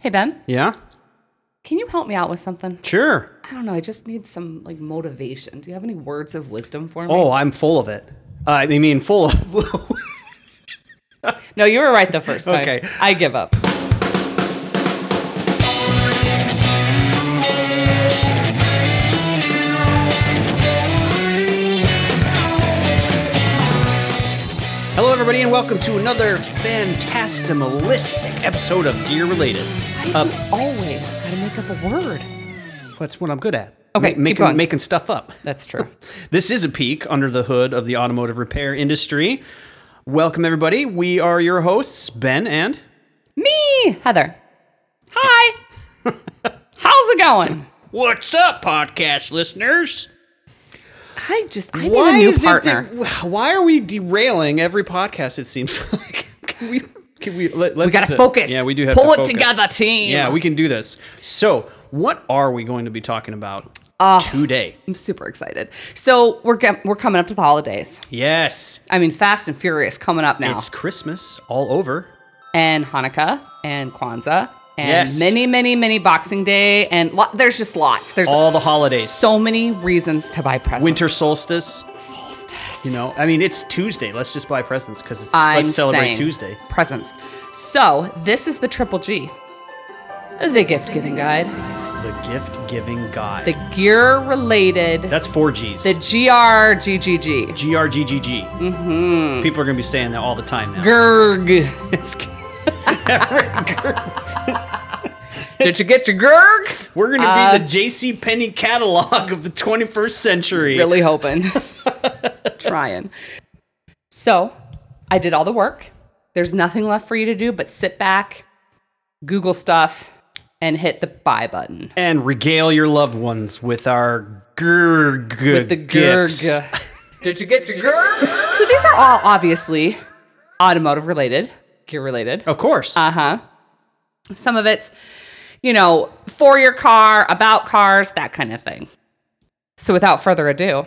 Hey Ben, Yeah? can you help me out with something? Sure. I don't know. I just need some like motivation. Do you have any words of wisdom for me? Oh, I'm full of it. Uh, I mean, full of. No, you were right the first time. Okay. I give up. Hello, everybody, and welcome to another fantastimalistic episode of Gear Related. Why do Um, you always gotta make up a word. That's what I'm good at. Okay, keep making, going. making stuff up. That's true. This is a peek under the hood of the automotive repair industry. Welcome, everybody. We are your hosts, Ben and. me, Heather. Hi. How's it going? What's up, podcast listeners? I just I need a new partner. It that- why are we derailing every podcast? It seems like can we can we let, us we gotta focus. Yeah, we do have pull to it focus. together, team. Yeah, we can do this. So, what are we going to be talking about Ah. today? I'm super excited. So we're get, we're coming up to the holidays. Yes, I mean, Fast and Furious coming up now, it's Christmas all over. and Hanukkah and Kwanzaa and Yes. many, many, many Boxing Day and lo- there's just lots. There's All the holidays, so many reasons to buy presents. winter solstice. solstice. You know, I mean, it's Tuesday. Let's just buy presents because it's I'm let's celebrate saying Tuesday. Presents. So this is the Triple G, the gift giving guide, The gift giving guy. the gear related, the That's four G's. G R G G G. G R G G G. Mm-hmm. People are gonna be saying that all the time now. Gerg. It's- Did you get your gerg? We're gonna be Uh, the J.C. Penney catalog of the 21st century. Really hoping. Trying. So I did all the work. There's nothing left for you to do but sit back, Google stuff, and hit the buy button. And regale your loved ones with our gurg The gifts. gerg. Did you get your gerg? So these are all obviously automotive related, gear related. Of course. Uh huh. Some of it's, you know, for your car, about cars, that kind of thing. So without further ado,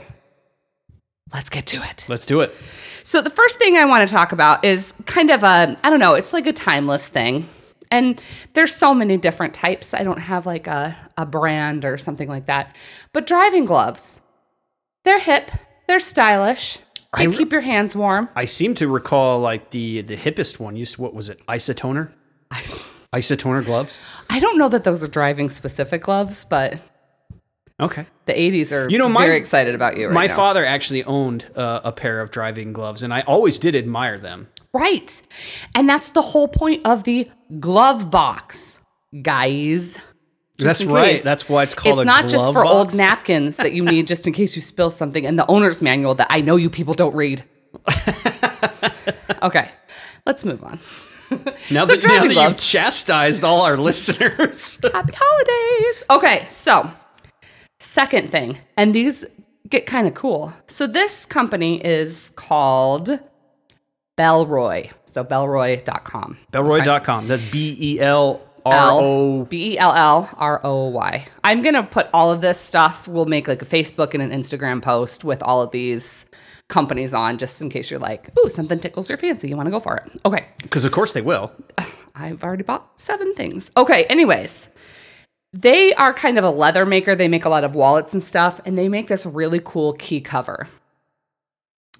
let's get to it. Let's do it. So the first thing I want to talk about is kind of a I don't know, it's like a timeless thing. And there's so many different types. I don't have like a, a brand or something like that. But driving gloves. They're hip, they're stylish. They I re- keep your hands warm. I seem to recall like the the hippest one. Used what was it? Isotoner. Isotoner gloves. I don't know that those are driving specific gloves, but Okay. the 80s are You know, my- very excited about you right My now. father actually owned uh, a pair of driving gloves, and I always did admire them. Right. And that's the whole point of the glove box, guys. Just That's in right. case. That's why it's called a It's not just glove for old box. napkins that you need just in case you spill something and the owner's manual that I know you people don't read. okay. Let's move on. Now, So that, now driving that you've gloves. chastised all our listeners, Happy holidays. Okay, so second thing, and these get kind of cool. So this company is called Bellroy. So Bellroy.com. Belroy.com. That's B E L R L O. B E L L R O Y. I'm going to put all of this stuff. We'll make like a Facebook and an Instagram post with all of these companies on just in case you're like, ooh, something tickles your fancy. You want to go for it. Okay. Because of course they will. I've already bought seven things. Okay. Anyways, they are kind of a leather maker. They make a lot of wallets and stuff, and they make this really cool key cover.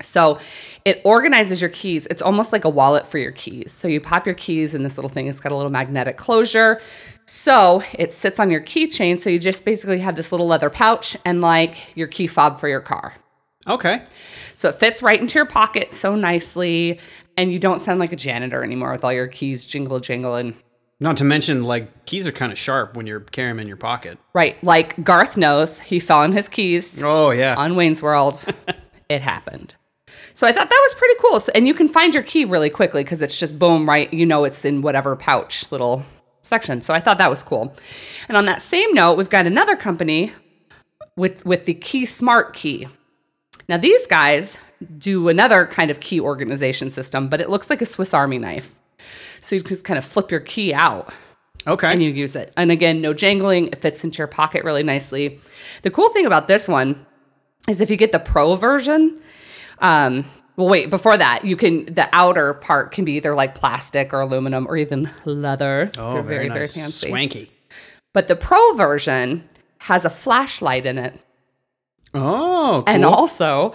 So it organizes your keys. It's almost like a wallet for your keys. So you pop your keys in this little thing. It's got a little magnetic closure. So it sits on your keychain. So you just basically have this little leather pouch and like your key fob for your car. Okay. So it fits right into your pocket so nicely. And you don't sound like a janitor anymore with all your keys jingle jingle and Not to mention, like keys are kind of sharp when you're carrying them in your pocket. right. Like Garth knows, he fell on his keys. Oh yeah. on Wayne's World, it happened. So I thought that was pretty cool. So, and you can find your key really quickly because it's just boom, right? You know, it's in whatever pouch little section. So I thought that was cool. And on that same note, we've got another company with with the Key Smart Key. Now these guys do another kind of key organization system, but it looks like a Swiss Army knife. So you just kind of flip your key out okay. and you use it. And again, no jangling. It fits into your pocket really nicely. The cool thing about this one is if you get the pro version, um, well, wait, before that, you can, the outer part can be either like plastic or aluminum or even leather. if Oh, you're very, nice. Swanky. But the pro version has a flashlight in it. Oh, cool. and also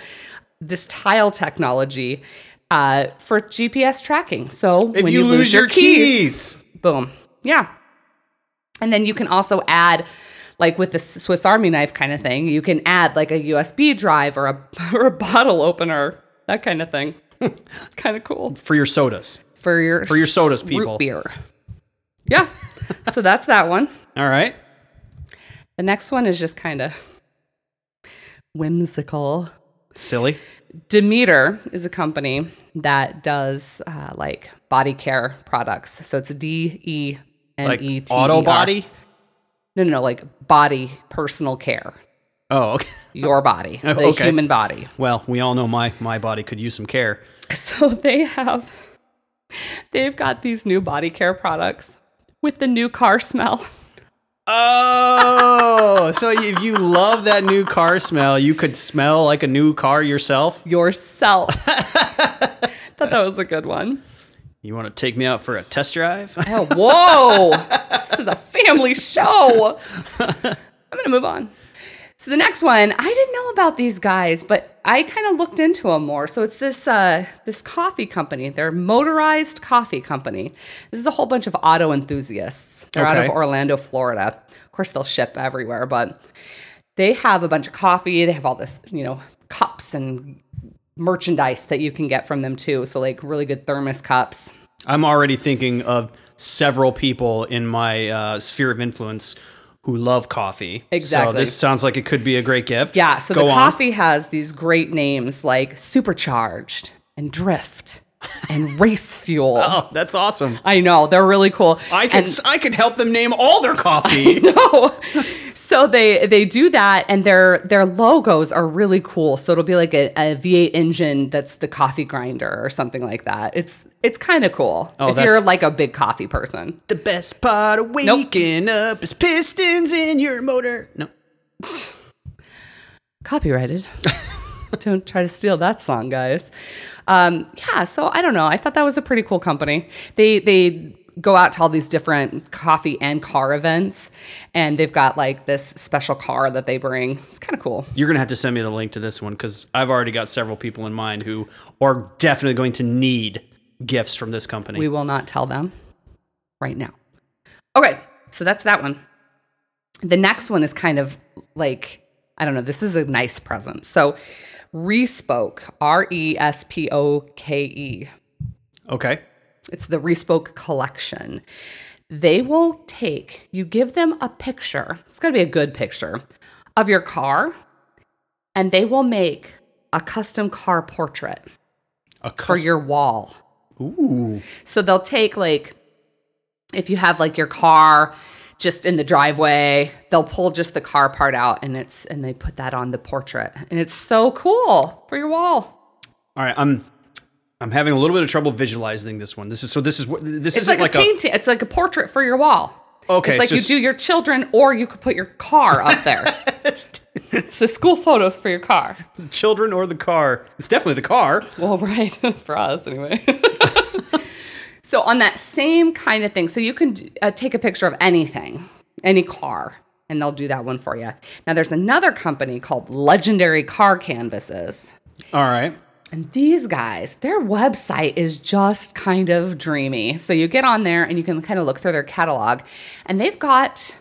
this tile technology uh, for GPS tracking. So if when you, lose, your keys. boom, yeah. And then you can also add, like with the S- Swiss Army knife kind of thing, you can add like a USB drive or a or a bottle opener, that kind of thing. kind of cool for your sodas. for your for your sodas, people. root beer. Yeah, so that's that one. All right. The next one is just kind of whimsical. Silly. Demeter is a company that does uh, like body care products. So it's D E N Like E T. auto body. No, no, no, like body personal care. Oh, okay. Your body, the okay. human body. Well, we all know my my body could use some care. So they have, they've got these new body care products with the new car smell. Oh, so if you love that new car smell, you could smell like a new car yourself. Yourself. Thought that was a good one. You want to take me out for a test drive? Oh, whoa. this is a family show. I'm going to move on. So the next one, I didn't know about these guys, but I kind of looked into them more. So it's this uh, this coffee company. They're a motorized coffee company. This is a whole bunch of auto enthusiasts. They're out of Okay. Orlando, Florida. Of course, they'll ship everywhere, but they have a bunch of coffee. They have all this, you know, cups and merchandise that you can get from them too. So like really good thermos cups. I'm already thinking of several people in my uh, sphere of influence who love coffee. Exactly. So this sounds like it could be a great gift. Yeah, so Go the on. coffee has these great names like Supercharged and Drift and Race Fuel. Oh, that's awesome. I know, they're really cool. I could And- I could help them name all their coffee. no. So they they do that and their their logos are really cool. So it'll be like a, a V8 engine that's the coffee grinder or something like that. It's it's kind of cool Oh, if that's- you're like a big coffee person. the best part of waking up is pistons in your motor. No. Copyrighted. don't try to steal that song, guys. Um, yeah, so I don't know. I thought that was a pretty cool company. They they go out to all these different coffee and car events, and they've got like this special car that they bring. It's kind of cool. You're gonna have to send me the link to this one because I've already got several people in mind who are definitely going to need gifts from this company. We will not tell them right now. Okay, so that's that one. The next one is kind of like, I don't know, this is a nice present. So Respoke, R E S P O K E. okay. It's the Respoke collection. They will take, you give them a picture, it's gonna be a good picture of your car, and they will make a custom car portrait A for cus- your wall. Ooh. So they'll take like if you have like your car just in the driveway, they'll pull just the car part out and it's and they put that on the portrait. And it's so cool for your wall. All right. I'm I'm having a little bit of trouble visualizing this one. This is so. This is what this It's isn't like, like, a painting. it's like a portrait for your wall. Okay, It's like so you s- do your children or you could put your car up there. It's it's the school photos for your car. children or the car. It's definitely the car. Well, right for us anyway. so on that same kind of thing, so you can uh, take a picture of anything, any car, and they'll do that one for you. Now there's another company called Legendary Car Canvases, All right. and these guys, their website is just kind of dreamy. So you get on there and you can kind of look through their catalog, and they've got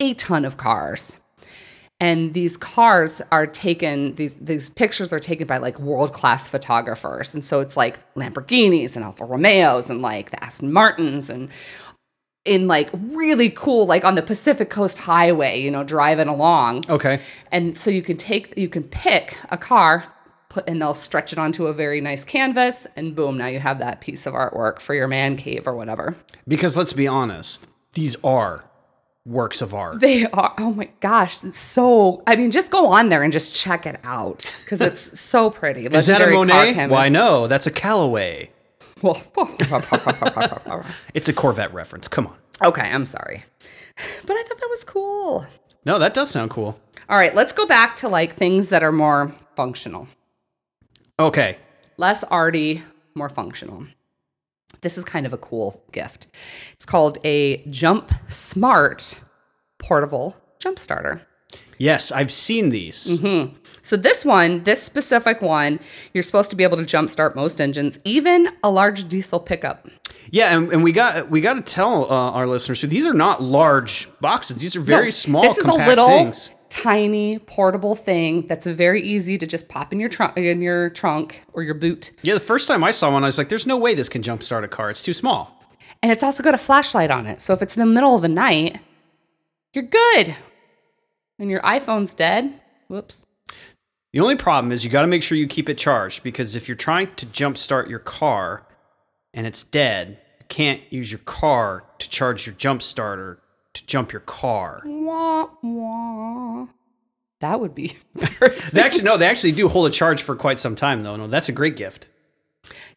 a ton of cars. And these cars are taken, these these pictures are taken by like world-class photographers. And so it's like Lamborghinis and Alfa Romeos and like the Aston Martins and in like really cool, like on the Pacific Coast Highway, you know, driving along. Okay. And so you can take, you can pick a car, put, and they'll stretch it onto a very nice canvas, and boom, now you have that piece of artwork for your man cave or whatever. Because let's be honest, these are works of art. They are, oh my gosh, it's so, I mean, just go on there and just check it out because it's so pretty. Is that a Legendary car Monet? canvas. Why no? That's a Callaway. Well, It's a Corvette reference. Come on. okay, I'm sorry. But I thought that was cool. No, that does sound cool. All right, let's go back to like things that are more functional. Okay. less arty, more functional. This is kind of a cool gift. It's called a Jump Smart Portable Jump Starter. Yes, I've seen these. Mm-hmm. So this one, this specific one, you're supposed to be able to jump start most engines, even a large diesel pickup. Yeah, and, and we got we got to tell uh, our listeners too. These are not large boxes. These are very No, small. This is a compact little Things. tiny portable thing that's very easy to just pop in your trunk in your trunk or your boot. Yeah, the first time I saw one, I was like, "There's no way this can jumpstart a car. It's too small." And it's also got a flashlight on it. So if it's in the middle of the night, you're good. And your iPhone's dead. Whoops. The only problem is you got to make sure you keep it charged because if you're trying to jumpstart your car and it's dead, you can't use your car to charge your jump starter to jump your car. Wah, wah. That would be embarrassing. They actually no, they actually do hold a charge for quite some time though. No, that's a great gift.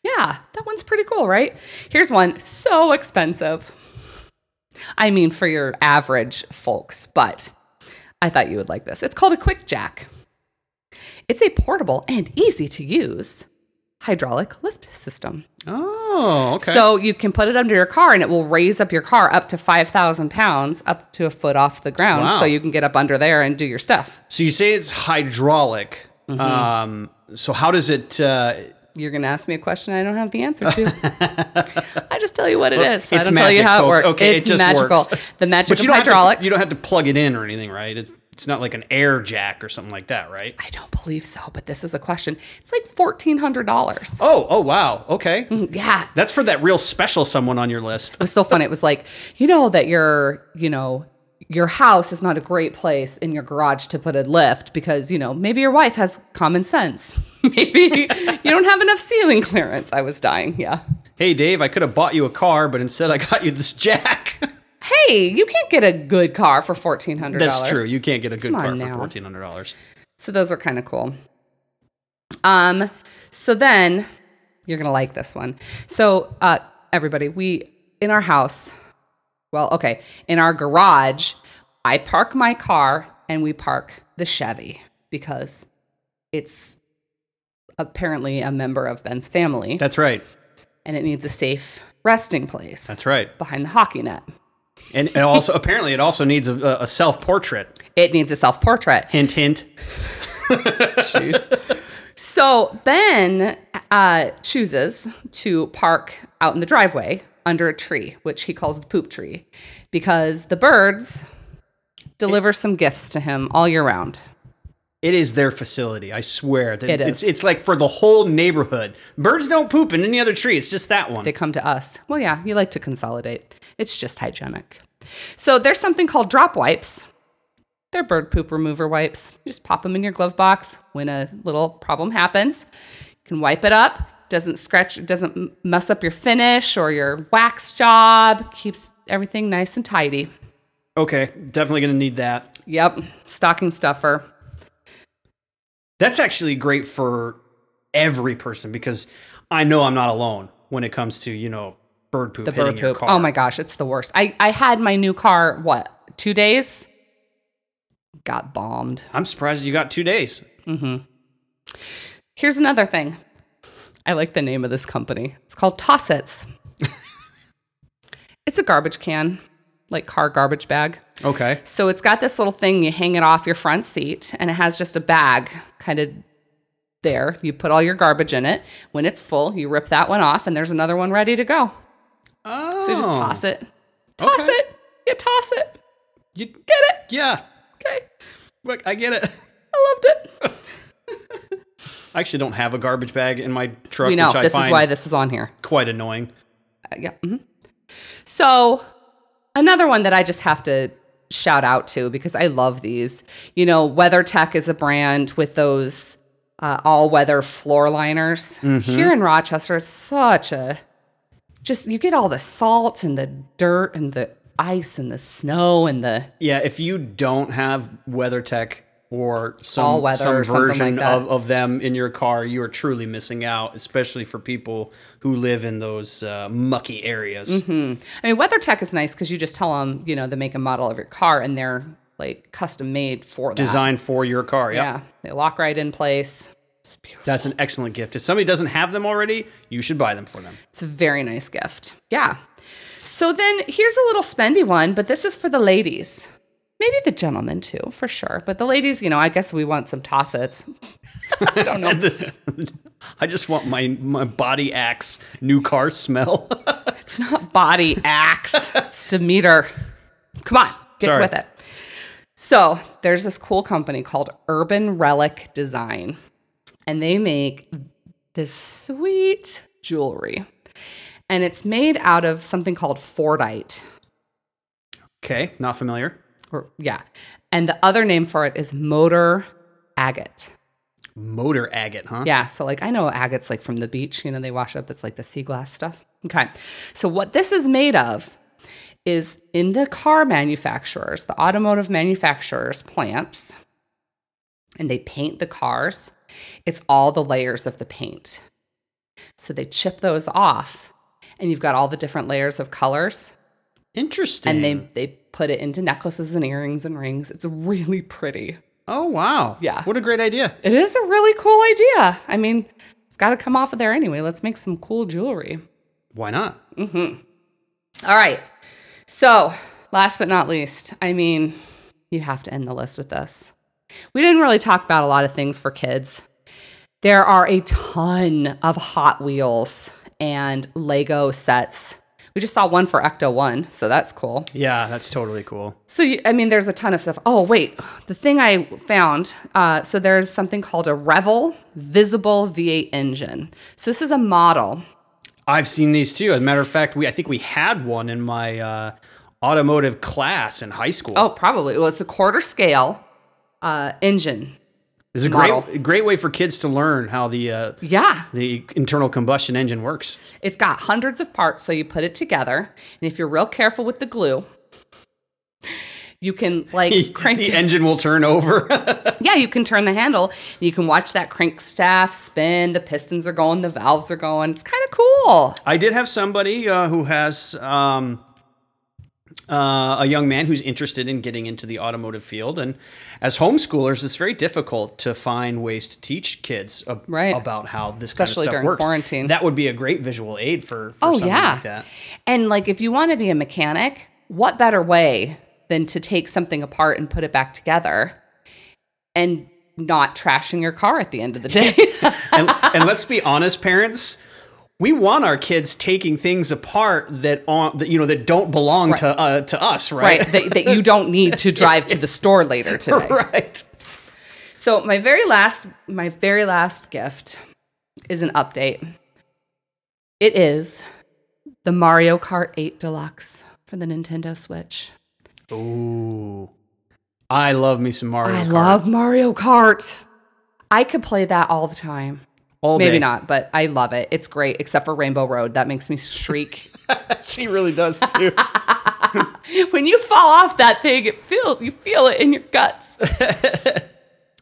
Yeah, that one's pretty cool, right? Here's one so expensive. I mean, for your average folks, but I thought you would like this. It's called a Quick Jack. It's a portable and easy to use hydraulic lift system. Oh, okay. So you can put it under your car and it will raise up your car up to 5,000 pounds, up to a foot off the ground. Wow. So you can get up under there and do your stuff. So you say it's hydraulic. Um, so how does it? Uh, You're going to ask me a question I don't have the answer to. I just tell you what it is. I It's don't tell you magic, how folks. it works. Okay, it it's just magical. works. The magic but of you don't have hydraulics. to, you don't have to plug it in or anything, right? It's it's not like an air jack or something like that, right? I don't believe so, but this is a question. It's like $1,400. Oh, oh wow, okay. Yeah. That's for that real special someone on your list. It was so fun. It was like, you know, that your, you know, your house is not a great place in your garage to put a lift because, you know, maybe your wife has common sense. maybe you don't have enough ceiling clearance. I was dying. Yeah. Hey, Dave, I could have bought you a car, but instead I got you this jack. Hey, you can't get a good car for $1,400. That's true. You can't get a good Come on car for now. fourteen hundred dollars. So those are kind of cool. Um, so then you're gonna like this one. So uh, everybody, we in our house. Well, okay, in our garage, I park my car and we park the Chevy because it's apparently a member of Ben's family That's right. and it needs a safe resting place That's right. behind the hockey net. And it also apparently it also needs a- a, a self portrait. It needs a self portrait. Hint, hint. Jeez. so Ben uh, chooses to park out in the driveway under a tree, which he calls the poop tree, because the birds deliver some gifts to him all year round. It is their facility. I swear. That It It's, is. it's like for the whole neighborhood. Birds don't poop in any other tree. It's just that one. They come to us. Well, yeah, you like to consolidate. It's just hygienic. So there's something called drop wipes. They're bird poop remover wipes. You just pop them in your glove box when a little problem happens. You can wipe it up. Doesn't scratch, it doesn't m- mess up your finish or your wax job. Keeps everything nice and tidy. Okay, definitely going to need that. Yep, stocking stuffer. That's actually great for every person because I know I'm not alone when it comes to, you know, bird poop The hitting bird your poop. car. Oh my gosh, it's the worst. I, I had my new car, what, two days? Got bombed. I'm surprised you got two days. Here's another thing. I like the name of this company. It's called Tossets. it's a garbage can, like car garbage bag. Okay. So it's got this little thing you hang it off your front seat, and it has just a bag kind of there. You put all your garbage in it. When it's full, you rip that one off, and there's another one ready to go. Oh. So just toss it. Toss Okay. it. You toss it. You get it. Yeah. Okay. Look, I get it. I loved it. I actually don't have a garbage bag in my truck, We know which I this find is why this is on here. quite annoying. Uh, yeah. mhm. So another one that I just have to shout out to because I love these. You know, WeatherTech is a brand with those uh, all weather floor liners. Here in Rochester, it's such a just you get all the salt and the dirt and the ice and the snow and the Yeah, if you don't have WeatherTech or some, All weather some or something like version that. of, of them in your car, you are truly missing out, especially for people who live in those uh, mucky areas. Mm-hmm. I mean, WeatherTech is nice because you just tell them, you know, the make and model of your car, and they're like custom made for that. Designed for your car. Yeah. Yeah, they lock right in place. It's beautiful. That's an excellent gift. If somebody doesn't have them already, you should buy them for them. It's a very nice gift. Yeah. So then here's a little spendy one, but this is for the ladies. Maybe the gentlemen too, for sure. But the ladies, you know, I guess we want some tossets. I don't know. I just want my my body axe new car smell. It's not body axe. It's Demeter. Come on, get Sorry. with it. So there's this cool company called Urban Relic Design, and they make this sweet jewelry. And it's made out of something called Fordite. okay, not familiar. Or yeah. And the other name for it is motor agate. Motor agate, huh? Yeah. So, like, I know agate's like from the beach, you know, they wash up. That's like the sea glass stuff. Okay. So, what this is made of is in the car manufacturers, the automotive manufacturers' plants, and they paint the cars. It's all the layers of the paint. So, they chip those off, and you've got all the different layers of colors, and Interesting. they, they put it into necklaces and earrings and rings. It's really pretty. Oh wow. Yeah. What a great idea. It is a really cool idea. I mean, it's got to come off of there anyway. Let's make some cool jewelry. Why not? All right. So, last but not least, I mean, you have to end the list with this. We didn't really talk about a lot of things for kids. There are a ton of Hot Wheels and Lego sets. We just saw one for Ecto 1, so that's cool. Yeah, that's totally cool. So you, I mean, there's a ton of stuff. Oh wait, the thing I found. Uh, so there's something called a Revel Visible V8 engine. So this is a model. I've seen these too. As a matter of fact, we I think we had one in my uh, automotive class in high school. Oh, probably. Well, it's a quarter scale uh, engine. it's a model. great great way for kids to learn how the uh, Yeah, the internal combustion engine works. it's got hundreds of parts. So you put it together, and if you're real careful with the glue, you can like crank the it. engine will turn over. yeah, you can turn the handle and you can watch that crank staff spin. The pistons are going, the valves are going. It's kind of cool. I did have somebody uh, who has um, uh, a young man who's interested in getting into the automotive field, and as homeschoolers, it's very difficult to find ways to teach kids ab- Right. about how this Especially kind of stuff during works. quarantine. That would be a great visual aid for, for Oh something yeah. like that. And like if you want to be a mechanic, what better way than to take something apart and put it back together and not trashing your car at the end of the day. and, and let's be honest, parents. We want our kids taking things apart that on that you know that don't belong to uh, to us, right. right? That, that you don't need to drive to the store later today. right. So my very last my very last gift is an update. It is the Mario Kart 8 Deluxe for the Nintendo Switch. Ooh, I love me some Mario. I Kart. love Mario Kart. I could play that all the time. All Maybe day. not, but I love it. It's great, except for Rainbow Road. That makes me shriek. She really does too. when you fall off that thing, it feels you feel it in your guts.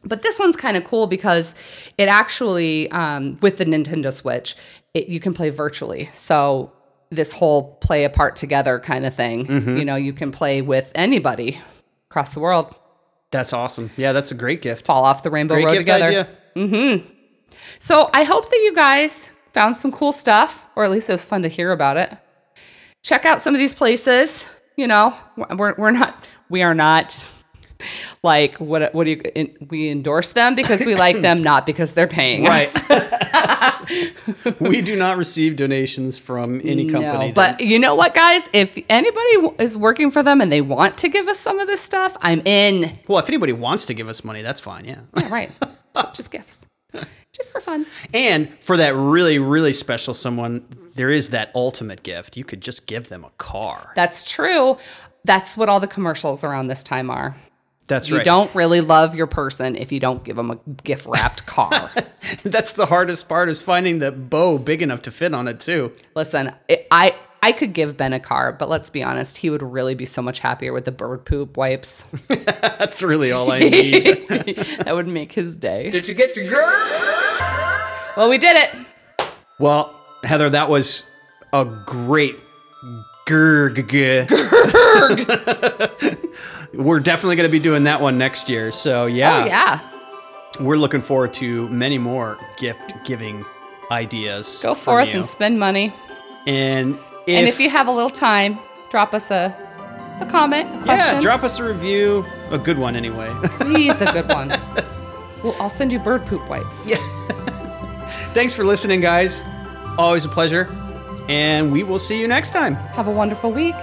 but this one's kind of cool because it actually, um, with the Nintendo Switch, it, you can play virtually. So this whole play apart together kind of thing. Mm-hmm. You know, you can play with anybody across the world. that's awesome. Yeah, that's a great gift. Fall off the Rainbow Great Road gift together. idea. So I hope that you guys found some cool stuff, or at least it was fun to hear about it. Check out some of these places. You know, we're, we're not, we are not like, what, what do you, in, we endorse them because we like them, not because they're paying. us. Right. we do not receive donations from any company. No, but you know what, guys? If anybody w- is working for them and they want to give us some of this stuff, I'm in. well, if anybody wants to give us money, that's fine. Yeah. Yeah, right. Just gifts. Just for fun. And for that really, really special someone, there is that ultimate gift. You could just give them a car. That's true. That's what all the commercials around this time are. That's You right. don't really love your person if you don't give them a gift wrapped car. That's the hardest part is finding the bow big enough to fit on it too. Listen, it, I I could give Ben a car, but let's be honest, he would really be so much happier with the bird poop wipes. That's really all I need. that would make his day. Did you get your girl? Well, we did it. Oh, well, Heather, that was a great gurg. We're definitely going to be doing that one next year. So Oh yeah. We're looking forward to many more gift giving ideas. Go from forth you. and spend money. and if, and if you have a little time, drop us a a comment, a question. yeah, drop us a review, a good one anyway. Please, a good one. well, I'll send you bird poop wipes. Thanks for listening, guys. Always a pleasure, and we will see you next time. Have a wonderful week.